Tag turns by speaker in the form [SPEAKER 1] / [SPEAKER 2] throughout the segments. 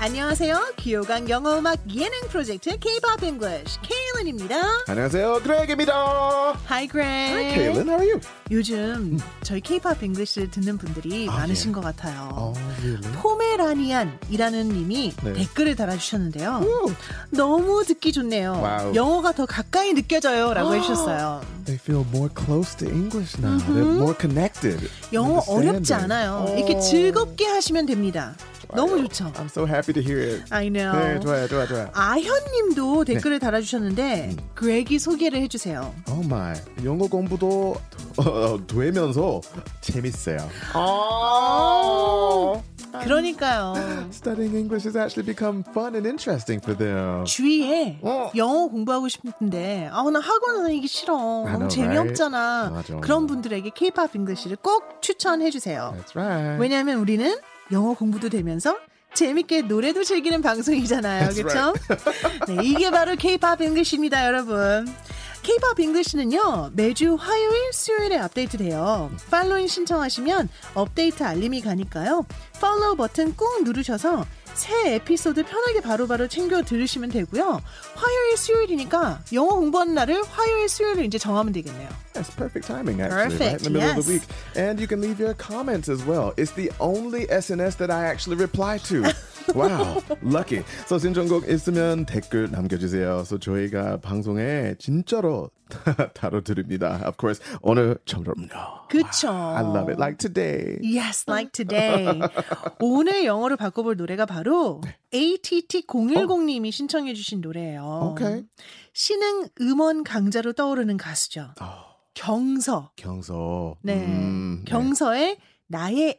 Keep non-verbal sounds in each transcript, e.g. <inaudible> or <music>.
[SPEAKER 1] 안녕하세요. 귀요강 영어 음악 예능 프로젝트 K-pop English 케일린입니다.
[SPEAKER 2] 안녕하세요, 그렉입니다.
[SPEAKER 1] Hi, Greg.
[SPEAKER 2] Hi, Kaylin. How are you?
[SPEAKER 1] 요즘 저희 K-pop English를 듣는 분들이
[SPEAKER 2] 아,
[SPEAKER 1] 많으신
[SPEAKER 2] 예.
[SPEAKER 1] 것 같아요.
[SPEAKER 2] Oh, really?
[SPEAKER 1] 포메라니안이라는 님이
[SPEAKER 2] 네.
[SPEAKER 1] 댓글을 달아주셨는데요. 너무 듣기 좋네요.
[SPEAKER 2] 와우. 아.
[SPEAKER 1] 영어가 더 가까이 느껴져요라고 해주셨어요.
[SPEAKER 2] They feel more close to English now. They're more connected.
[SPEAKER 1] Mm-hmm. 영어 어렵지
[SPEAKER 2] Understanding.
[SPEAKER 1] 않아요.
[SPEAKER 2] 어.
[SPEAKER 1] 이렇게 즐겁게 하시면 됩니다. 너무 좋죠.
[SPEAKER 2] I'm so happy to hear it.
[SPEAKER 1] I know.
[SPEAKER 2] 네, 좋아요, 네. 좋아요, 좋아요.
[SPEAKER 1] 아현님도 댓글을 달아주셨는데
[SPEAKER 2] 음.
[SPEAKER 1] 그렉이 소개를 해주세요.
[SPEAKER 2] Oh my. 영어 공부도 어, 어, 되면서 재밌어요.
[SPEAKER 1] Oh. 그러니까요.
[SPEAKER 2] Studying English has actually become fun and interesting for them.
[SPEAKER 1] 주위에
[SPEAKER 2] 어.
[SPEAKER 1] 영어 공부하고 싶은데 아나 학원 다니기 싫어 너무
[SPEAKER 2] know,
[SPEAKER 1] 재미없잖아
[SPEAKER 2] right? 아, 맞아.
[SPEAKER 1] 그런 분들에게 K-pop 잉글리시를 꼭 추천해 주세요.
[SPEAKER 2] That's right.
[SPEAKER 1] 왜냐하면 우리는 영어 공부도 되면서 재밌게 노래도 즐기는 방송이잖아요.
[SPEAKER 2] That's
[SPEAKER 1] 그렇죠? <laughs> 네, 이게 바로 K-pop 잉글리시입니다, 여러분. K-pop 잉글리시는요. 매주 화요일, 수요일에 업데이트돼요. 팔로잉 신청하시면 업데이트 알림이 가니까요. 팔로우 버튼 꾹 누르셔서 새 에피소드 편하게 바로바로 챙겨 들으시면 되고요. 화요일, 수요일이니까 영어 공부하는 날을 화요일, 수요일로 이제 정하면 되겠네요.
[SPEAKER 2] That's perfect timing, actually, right in
[SPEAKER 1] Perfect,
[SPEAKER 2] the middle of
[SPEAKER 1] yes.
[SPEAKER 2] the week. And you can leave your comments as well. It's the only SNS that I actually reply
[SPEAKER 1] <laughs>
[SPEAKER 2] to. wow, lucky. So 신청곡 있으면 댓글 남겨주세요. So 저희가 방송에 진짜로 <laughs> 다뤄드립니다. Of course, 오늘 정답은요.
[SPEAKER 1] 그쵸?
[SPEAKER 2] I love it. Like today.
[SPEAKER 1] Yes,
[SPEAKER 2] 어.
[SPEAKER 1] like today. 오늘 영어로 바꿔볼 노래가 바로
[SPEAKER 2] 네.
[SPEAKER 1] ATT010님이
[SPEAKER 2] 어.
[SPEAKER 1] 신청해 주신 노래예요.
[SPEAKER 2] Okay.
[SPEAKER 1] 신흥 음원 강자로 떠오르는 가수죠. 경서.
[SPEAKER 2] 경서.
[SPEAKER 1] 네.
[SPEAKER 2] 음,
[SPEAKER 1] 경서의 나의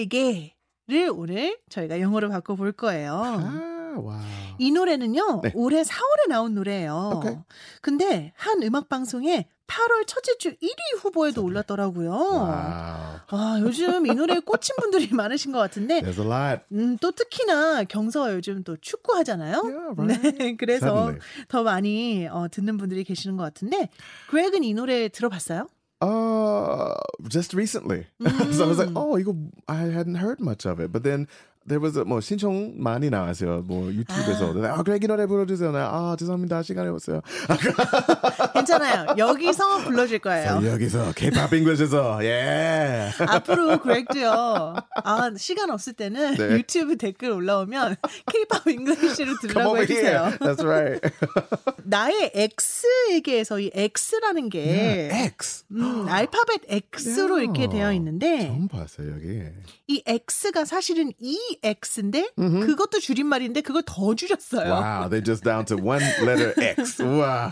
[SPEAKER 1] X에게를 오늘 저희가 영어로 바꿔볼 거예요.
[SPEAKER 2] 아, wow.
[SPEAKER 1] 이 노래는요,
[SPEAKER 2] 네.
[SPEAKER 1] 올해 4월에 나온 노래예요.
[SPEAKER 2] Okay.
[SPEAKER 1] 근데 한 음악방송에 8월 첫째 주 1위
[SPEAKER 2] 아,
[SPEAKER 1] 후보에도 올랐더라고요.
[SPEAKER 2] Wow.
[SPEAKER 1] 아, 요즘 이 노래에 꽂힌 분들이 많으신 것 같은데,
[SPEAKER 2] There's a lot.
[SPEAKER 1] 음, 또 특히나 경서가 요즘 또 축구하잖아요.
[SPEAKER 2] Yeah, right.
[SPEAKER 1] 네, <laughs> 그래서
[SPEAKER 2] Suddenly.
[SPEAKER 1] 더 많이 어, 듣는 분들이 계시는 것 같은데, 그렉은 이 노래
[SPEAKER 2] <laughs>
[SPEAKER 1] 들어봤어요?
[SPEAKER 2] Uh, just recently. <laughs> so I
[SPEAKER 1] 음,
[SPEAKER 2] was
[SPEAKER 1] Mm.
[SPEAKER 2] like, oh, 이거 I hadn't heard much of it. But then there was a, 뭐 신청 많이 나왔어요. 뭐 유튜브에서. 아, 그래 이 노래 불러주세요. 나, 아, 죄송합니다. 시간이 없어요.
[SPEAKER 1] 괜찮아요. 여기서 불러줄 거예요.
[SPEAKER 2] 여기서 K-pop English에서 예.
[SPEAKER 1] 앞으로 그렉도요. 아 시간 없을 때는
[SPEAKER 2] 네.
[SPEAKER 1] <laughs> 유튜브 댓글 올라오면 <laughs> K-pop 잉글리시로
[SPEAKER 2] <laughs> Come
[SPEAKER 1] 들으라고
[SPEAKER 2] over
[SPEAKER 1] 해주세요.
[SPEAKER 2] here. That's right.
[SPEAKER 1] 나의 X에게에서 이 X라는 게
[SPEAKER 2] X. <gasps>
[SPEAKER 1] 음, 알파벳 X로
[SPEAKER 2] 야,
[SPEAKER 1] 이렇게 되어 있는데
[SPEAKER 2] 처음 봤어요 여기.
[SPEAKER 1] 이 X가 사실은 EX인데 그것도 줄임말인데 그걸 더 줄였어요.
[SPEAKER 2] Wow, they just down to one letter X. Wow.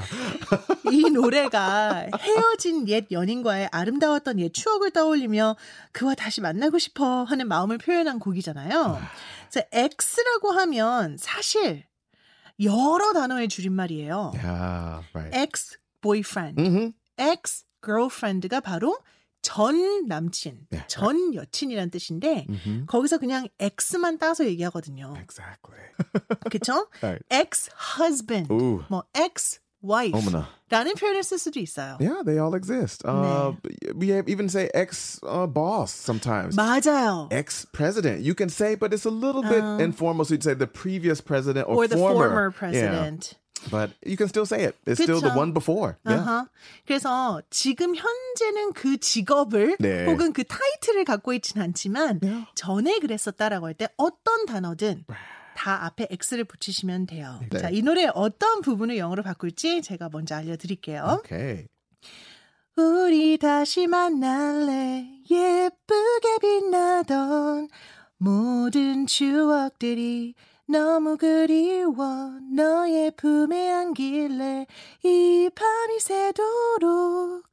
[SPEAKER 1] <laughs> 이 노래가 헤어진 옛 연인과의 아름다웠던 옛 추억을 떠올리며 그와 다시 만나고 싶어 하는 마음을 표현한 곡이잖아요. 그래서 X라고 하면 사실 여러 단어의 줄임말이에요.
[SPEAKER 2] 네. Yeah, right.
[SPEAKER 1] X boyfriend,
[SPEAKER 2] Mm-hmm.
[SPEAKER 1] X girlfriend가 바로 전 남친,
[SPEAKER 2] 네.
[SPEAKER 1] 전 여친이란 뜻인데
[SPEAKER 2] Mm-hmm.
[SPEAKER 1] 거기서 그냥 X만 따서 얘기하거든요.
[SPEAKER 2] Exactly.
[SPEAKER 1] 그쵸?
[SPEAKER 2] Right.
[SPEAKER 1] ex husband,
[SPEAKER 2] Ooh.
[SPEAKER 1] 뭐 ex wife라는
[SPEAKER 2] 어머나. 네.
[SPEAKER 1] 표현을 쓸 수도 있어요.
[SPEAKER 2] Yeah, they all exist. Uh, We have even say ex uh, boss sometimes.
[SPEAKER 1] 맞아요.
[SPEAKER 2] ex president, you can say, but it's a little bit informal. So you'd say the previous president or,
[SPEAKER 1] Oh. or the
[SPEAKER 2] former,
[SPEAKER 1] former
[SPEAKER 2] Yeah,
[SPEAKER 1] president.
[SPEAKER 2] but you can still say it. It's still
[SPEAKER 1] 그쵸.
[SPEAKER 2] the one before. Yeah.
[SPEAKER 1] 아하. Uh-huh. 그래서 지금 현재는 그 직업을
[SPEAKER 2] 네.
[SPEAKER 1] 혹은 그 타이틀을 갖고 있진 않지만
[SPEAKER 2] Yeah.
[SPEAKER 1] 전에 그랬었다라고 할 때 어떤 단어든 다 앞에 x를 붙이시면 돼요.
[SPEAKER 2] 네.
[SPEAKER 1] 자, 이 노래 어떤 부분을 영어로 바꿀지 제가 먼저 알려드릴게요.
[SPEAKER 2] Okay.
[SPEAKER 1] 우리 다시 만날래 예쁘게 빛나던 모든 추억들이 너무 그리워 너의 품에 안길래 이 밤이 새도록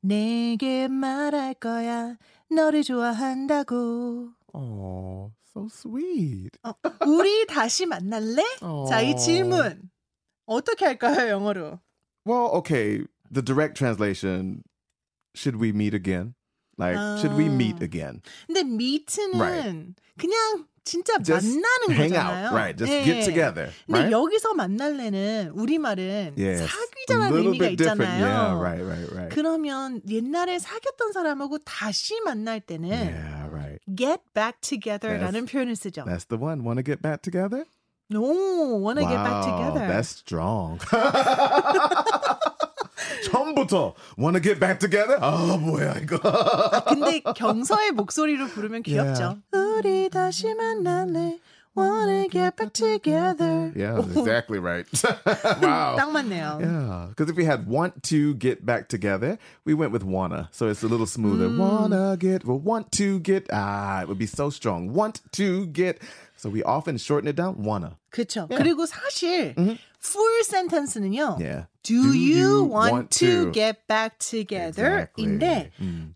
[SPEAKER 1] 내게 말할 거야 너를 좋아한다고
[SPEAKER 2] Oh, so sweet.
[SPEAKER 1] 어, 우리 다시 만날래? 자, 이
[SPEAKER 2] 어.
[SPEAKER 1] 질문 어떻게 할까요 영어로?
[SPEAKER 2] Well, okay. The direct translation: Should we meet again? Like, should we meet
[SPEAKER 1] Ah.
[SPEAKER 2] again?
[SPEAKER 1] 근데 meet는
[SPEAKER 2] Right.
[SPEAKER 1] 그냥 진짜
[SPEAKER 2] Just
[SPEAKER 1] 만나는
[SPEAKER 2] hang
[SPEAKER 1] 거잖아요.
[SPEAKER 2] out, right? Just
[SPEAKER 1] 예.
[SPEAKER 2] get together,
[SPEAKER 1] 근데
[SPEAKER 2] right?
[SPEAKER 1] 여기서 만날래는 우리말은
[SPEAKER 2] Yes.
[SPEAKER 1] 사귀자라는 의미가
[SPEAKER 2] different.
[SPEAKER 1] 있잖아요.
[SPEAKER 2] Yeah, right, right, right.
[SPEAKER 1] 그러면 옛날에 사귀었던 사람하고 다시 만날 때는
[SPEAKER 2] yeah, right.
[SPEAKER 1] get back together라는 표현을 쓰죠.
[SPEAKER 2] That's the one. Want to get back together?
[SPEAKER 1] No, wanna get back together.
[SPEAKER 2] That's <laughs> strong. 처음부터 want to get back together? Oh, 아 뭐야 이거.
[SPEAKER 1] 근데 경서의 목소리로 부르면 귀엽죠. 우리 다시 만날래. Wanna get back together.
[SPEAKER 2] <laughs> <laughs> yeah, that's exactly right. wow.
[SPEAKER 1] <laughs> 딱 맞네요.
[SPEAKER 2] Yeah, because if we had want to get back together, we went with wanna. So it's a little smoother.
[SPEAKER 1] Mm.
[SPEAKER 2] Wanna get, well, want to get, ah, it would be so strong. Want to get. So we often shorten it down, wanna.
[SPEAKER 1] 그렇죠. 그리고 사실 full sentence는요.
[SPEAKER 2] Mm-hmm. Yeah.
[SPEAKER 1] Do, you want, to, get back together인데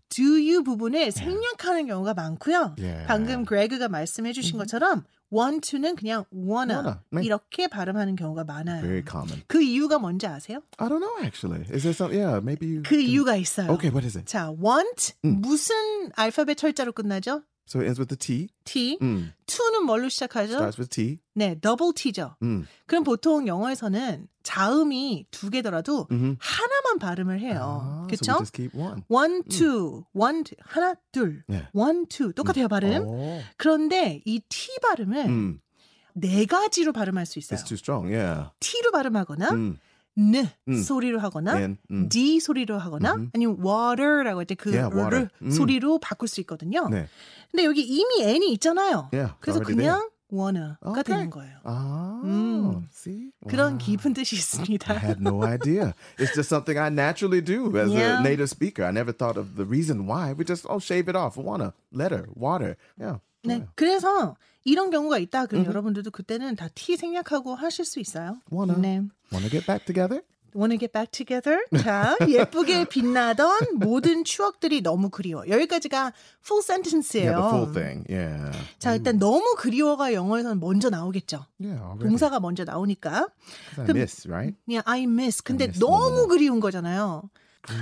[SPEAKER 1] do you 부분을 생략하는 경우가 많고요.
[SPEAKER 2] Yeah. Mm-hmm.
[SPEAKER 1] 방금 그레그가 말씀해 주신 것처럼 want to는 그냥 wanna,
[SPEAKER 2] Wanna, 네.
[SPEAKER 1] 이렇게 발음하는 경우가 많아요.
[SPEAKER 2] Very common.
[SPEAKER 1] 그 이유가 뭔지 아세요?
[SPEAKER 2] I don't know, actually. Is there something? Yeah, maybe you.
[SPEAKER 1] 그 이유가 있어요.
[SPEAKER 2] 음. Okay, 음. what is it?
[SPEAKER 1] 자, want 무슨 알파벳 철자로 끝나죠?
[SPEAKER 2] So it ends with the T.
[SPEAKER 1] T.
[SPEAKER 2] Mm.
[SPEAKER 1] to는 뭘로 시작하죠?
[SPEAKER 2] Starts with T.
[SPEAKER 1] 네, double T죠.
[SPEAKER 2] Mm.
[SPEAKER 1] 그럼 보통 영어에서는 자음이 두 개더라도
[SPEAKER 2] Mhm.
[SPEAKER 1] 하나만 발음을 해요.
[SPEAKER 2] Ah,
[SPEAKER 1] 그쵸
[SPEAKER 2] so we just keep one.
[SPEAKER 1] one two, one two, 하나 둘,
[SPEAKER 2] 음. 네.
[SPEAKER 1] one two 똑같아요 발음.
[SPEAKER 2] Oh.
[SPEAKER 1] 그런데 이 T 발음을
[SPEAKER 2] Mm.
[SPEAKER 1] 네 가지로 발음할 수 있어요.
[SPEAKER 2] It's too strong, yeah.
[SPEAKER 1] T로 발음하거나
[SPEAKER 2] Mm.
[SPEAKER 1] N
[SPEAKER 2] 음.
[SPEAKER 1] 소리로 하거나
[SPEAKER 2] N, 음.
[SPEAKER 1] D 소리로 하거나
[SPEAKER 2] 음흠.
[SPEAKER 1] 아니면 water라고 할 때그
[SPEAKER 2] Yeah, water. 음.
[SPEAKER 1] 소리로 바꿀 수 있거든요.
[SPEAKER 2] 네.
[SPEAKER 1] 근데 여기 이미 N이 있잖아요.
[SPEAKER 2] Yeah,
[SPEAKER 1] 그래서
[SPEAKER 2] already there.
[SPEAKER 1] 그냥 wanna가
[SPEAKER 2] Okay.
[SPEAKER 1] 되는 거예요.
[SPEAKER 2] Ah,
[SPEAKER 1] Mm.
[SPEAKER 2] see?
[SPEAKER 1] 그런
[SPEAKER 2] Wow.
[SPEAKER 1] 깊은 뜻이
[SPEAKER 2] I
[SPEAKER 1] 있습니다.
[SPEAKER 2] had no idea. It's just something I naturally do as
[SPEAKER 1] Yeah.
[SPEAKER 2] a native speaker. I never thought of the reason why. We just oh shave it off. Wanna letter water. Yeah.
[SPEAKER 1] 네,
[SPEAKER 2] yeah.
[SPEAKER 1] 그래서 이런 경우가 있다 그럼 여러분들도 그때는 다 T 생략하고 하실 수 있어요.
[SPEAKER 2] Wanna.
[SPEAKER 1] 네.
[SPEAKER 2] Wanna get back together?
[SPEAKER 1] Wanna get back together?
[SPEAKER 2] <laughs>
[SPEAKER 1] 자, 예쁘게 빛나던 모든 추억들이 너무 그리워. 여기까지가 full sentence예요.
[SPEAKER 2] Yeah, the full thing. 음. Yeah. Mm.
[SPEAKER 1] 자, 일단 너무 그리워가 영어에서는 먼저 나오겠죠.
[SPEAKER 2] Yeah. Already. 'Cause
[SPEAKER 1] 동사가 먼저 나오니까.
[SPEAKER 2] I
[SPEAKER 1] 그럼-
[SPEAKER 2] miss right?
[SPEAKER 1] 그냥 I miss. 근데
[SPEAKER 2] miss 음.
[SPEAKER 1] 너무
[SPEAKER 2] 너무.
[SPEAKER 1] 그리운 거잖아요.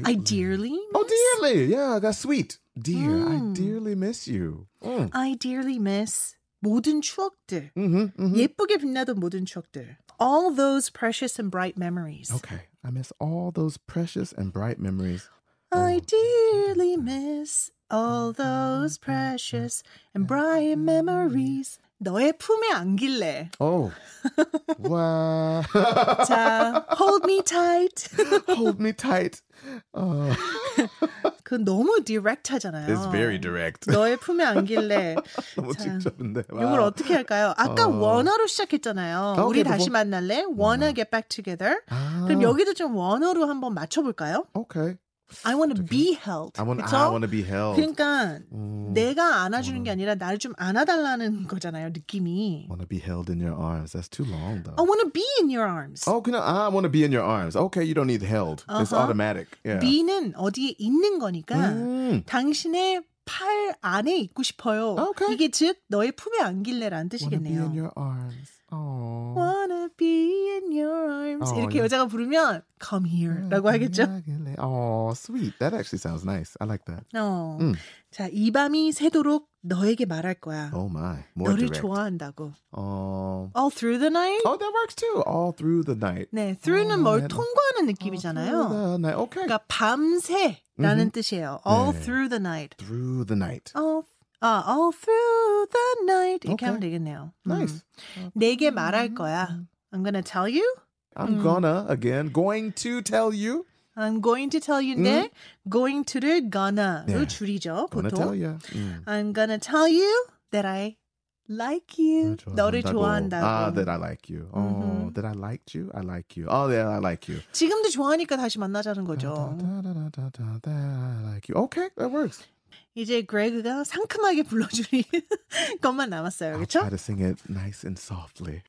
[SPEAKER 1] I dearly miss.
[SPEAKER 2] Oh, dearly. Yeah, that's sweet. Dear,
[SPEAKER 1] Mm.
[SPEAKER 2] I dearly miss you. Mm.
[SPEAKER 1] I dearly miss. 모든 추억들.
[SPEAKER 2] hmm hmm
[SPEAKER 1] 예쁘게 빛나던 모든 추억들. All those precious and bright memories.
[SPEAKER 2] mm-hmm. Okay. I miss all those precious and bright memories. Oh.
[SPEAKER 1] I dearly miss all those precious and bright memories. 너의 품에 안길래.
[SPEAKER 2] <laughs> Oh. wow.
[SPEAKER 1] 자, hold me tight. <laughs>
[SPEAKER 2] Hold me <laughs> tight. Oh.
[SPEAKER 1] 그건 너무 direct하잖아요.
[SPEAKER 2] It's very <laughs> direct.
[SPEAKER 1] 너의 품에
[SPEAKER 2] <laughs>
[SPEAKER 1] 안길래.
[SPEAKER 2] 너무
[SPEAKER 1] 참,
[SPEAKER 2] 직접인데.
[SPEAKER 1] 이걸
[SPEAKER 2] 와.
[SPEAKER 1] 어떻게 할까요? 아까
[SPEAKER 2] 아. 어.
[SPEAKER 1] 원어로 시작했잖아요.
[SPEAKER 2] 아,
[SPEAKER 1] 우리
[SPEAKER 2] 오케이,
[SPEAKER 1] 다시
[SPEAKER 2] 그거.
[SPEAKER 1] 만날래? Wanna get back together?
[SPEAKER 2] 아,
[SPEAKER 1] 그럼 여기도 좀 원어로 한번 맞춰볼까요?
[SPEAKER 2] Ah, okay.
[SPEAKER 1] I wanna be held.
[SPEAKER 2] I want
[SPEAKER 1] 그쵸?
[SPEAKER 2] I want to be held. Mm,
[SPEAKER 1] 그러니까
[SPEAKER 2] 음,
[SPEAKER 1] 내가 안아주는 게 아니라 나를 좀 안아달라는 거잖아요. 느낌이.
[SPEAKER 2] want to be held in your arms. That's too long though.
[SPEAKER 1] I wanna be in your arms.
[SPEAKER 2] Oh, can I, I want to be in your arms. Okay, you don't need held. It's
[SPEAKER 1] Uh-huh.
[SPEAKER 2] automatic. Yeah. Mm.
[SPEAKER 1] be는 어디에 있는 거니까
[SPEAKER 2] 음.
[SPEAKER 1] 당신의 팔 안에 있고 싶어요.
[SPEAKER 2] Okay.
[SPEAKER 1] 이게 즉 너의 품에 안길래라는
[SPEAKER 2] 아, Wanna be in
[SPEAKER 1] 뜻이겠네요.
[SPEAKER 2] your arms. Oh.
[SPEAKER 1] Wanna be in your arms.
[SPEAKER 2] 어,
[SPEAKER 1] 이렇게
[SPEAKER 2] 예. 음,
[SPEAKER 1] 여자가 부르면 come here라고 하겠죠.
[SPEAKER 2] Oh, sweet. That actually sounds nice. I like that.
[SPEAKER 1] 어.
[SPEAKER 2] 음.
[SPEAKER 1] 자, 이 밤이 새도록 너에게 말할 거야.
[SPEAKER 2] Oh my. More
[SPEAKER 1] 너를
[SPEAKER 2] direct.
[SPEAKER 1] 좋아한다고.
[SPEAKER 2] Oh.
[SPEAKER 1] All through the night?
[SPEAKER 2] Oh, that works too. All through the night.
[SPEAKER 1] 네, through는
[SPEAKER 2] 어,
[SPEAKER 1] 뭘
[SPEAKER 2] 네.
[SPEAKER 1] 통과하는
[SPEAKER 2] All
[SPEAKER 1] 느낌이잖아요.
[SPEAKER 2] through the night. Okay.
[SPEAKER 1] 그러니까 밤새라는
[SPEAKER 2] 음흠.
[SPEAKER 1] 뜻이에요. All
[SPEAKER 2] 네.
[SPEAKER 1] through the night.
[SPEAKER 2] Through the night.
[SPEAKER 1] All, 아, all through the night 이렇게
[SPEAKER 2] Okay.
[SPEAKER 1] 하면 되겠네요. 음.
[SPEAKER 2] Nice.
[SPEAKER 1] 내게 말할 거야. I'm gonna tell you.
[SPEAKER 2] I'm gonna again going to tell you.
[SPEAKER 1] I'm going to tell you인데 네. going to를 gonna로
[SPEAKER 2] 네.
[SPEAKER 1] 줄이죠. 보통
[SPEAKER 2] Gonna tell Mm. you. 음.
[SPEAKER 1] I'm gonna tell you that I like you. 너를 좋아한다고.
[SPEAKER 2] 음, 아, Ah, that I like you. 어,
[SPEAKER 1] Mhm.
[SPEAKER 2] that I liked you. I like you. Oh, that I like you.
[SPEAKER 1] 지금도 좋아하니까 다시 만나자는 거죠.
[SPEAKER 2] Da, da, da, da, da, da, I like you. Okay, that works.
[SPEAKER 1] 이제 그레그가 상큼하게 불러주는 <laughs> 것만 남았어요.
[SPEAKER 2] I'll
[SPEAKER 1] 그렇죠?
[SPEAKER 2] try to sing it nice and softly.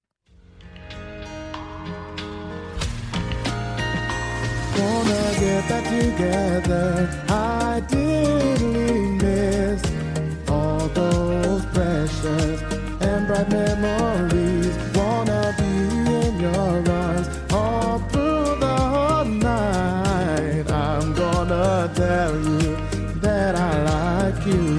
[SPEAKER 2] Wanna get back together. I dearly miss all those precious and bright memories. Wanna be in your arms all through the night. I'm gonna tell you that I like you.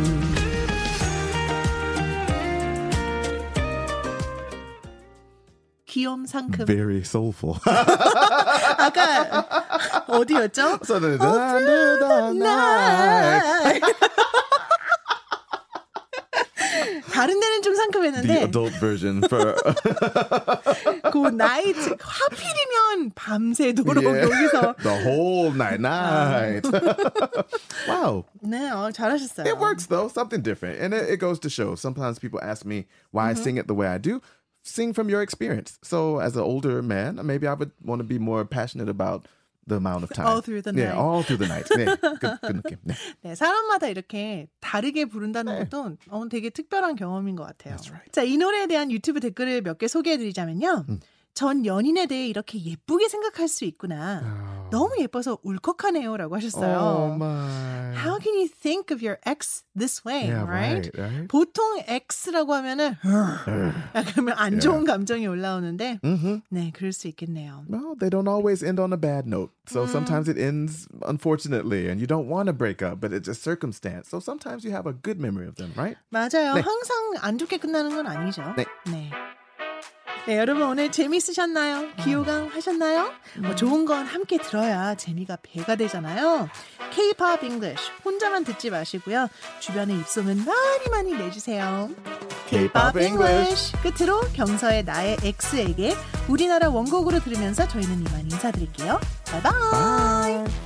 [SPEAKER 1] 귀염 상큼.
[SPEAKER 2] Very soulful. <laughs>
[SPEAKER 1] 아까 어디였죠?
[SPEAKER 2] So the- under the night.
[SPEAKER 1] night. 다른 데는 좀
[SPEAKER 2] the
[SPEAKER 1] 상큼했는데
[SPEAKER 2] adult version
[SPEAKER 1] <laughs>
[SPEAKER 2] for
[SPEAKER 1] 그 나이 즉 하필이면 밤새도록
[SPEAKER 2] 예. yeah,
[SPEAKER 1] 여기서
[SPEAKER 2] the whole
[SPEAKER 1] <laughs>
[SPEAKER 2] night night. <laughs> wow.
[SPEAKER 1] 네, 어, 잘하셨어요.
[SPEAKER 2] It works though, something different. And it, it goes to show. Sometimes people ask me why
[SPEAKER 1] Mm-hmm.
[SPEAKER 2] I sing it the way I do. Sing from your experience. So, as an older man, maybe I would want to be more passionate about the amount of time.
[SPEAKER 1] All through the
[SPEAKER 2] Yeah,
[SPEAKER 1] night.
[SPEAKER 2] all through the night.
[SPEAKER 1] <laughs>
[SPEAKER 2] 네, good, good 느낌. 네.
[SPEAKER 1] 네, 사람마다 이렇게 다르게 부른다는 것도 어, 되게 특별한 경험인 것 같아요. 자, 이 노래에 대한 유튜브 댓글을 몇 개 소개해드리자면요.
[SPEAKER 2] 음.
[SPEAKER 1] 전 연인에 대해 이렇게 예쁘게 생각할 수 있구나.
[SPEAKER 2] 아.
[SPEAKER 1] 너무 예뻐서 울컥하네요. 라고 하셨어요.
[SPEAKER 2] Oh my.
[SPEAKER 1] How can you think of your ex this way,
[SPEAKER 2] Yeah,
[SPEAKER 1] right?
[SPEAKER 2] right, right.
[SPEAKER 1] 보통 X라고 하면은 약간 안 좋은 감정이 올라오는데 네 그럴 수 있겠네요.
[SPEAKER 2] Well, they don't always end on a bad note. So sometimes it ends unfortunately, and you don't want to break up, but it's a circumstance. So sometimes you have a good memory of them, right?
[SPEAKER 1] 맞아요.
[SPEAKER 2] 네.
[SPEAKER 1] 항상 안 좋게 끝나는 건 아니죠.
[SPEAKER 2] 네.
[SPEAKER 1] 네. 네, 여러분 오늘
[SPEAKER 2] 음.
[SPEAKER 1] 재미있으셨나요? 기호강 하셨나요? 뭐 좋은 건 함께 들어야 재미가 배가 되잖아요. K-pop English 혼자만 듣지 마시고요. 주변에 입소문 많이 많이 내주세요.
[SPEAKER 2] K-pop English.
[SPEAKER 1] 끝으로 경서의 나의 X에게 우리나라 원곡으로 들으면서 저희는 이만 인사드릴게요. 바이바이.
[SPEAKER 2] Bye.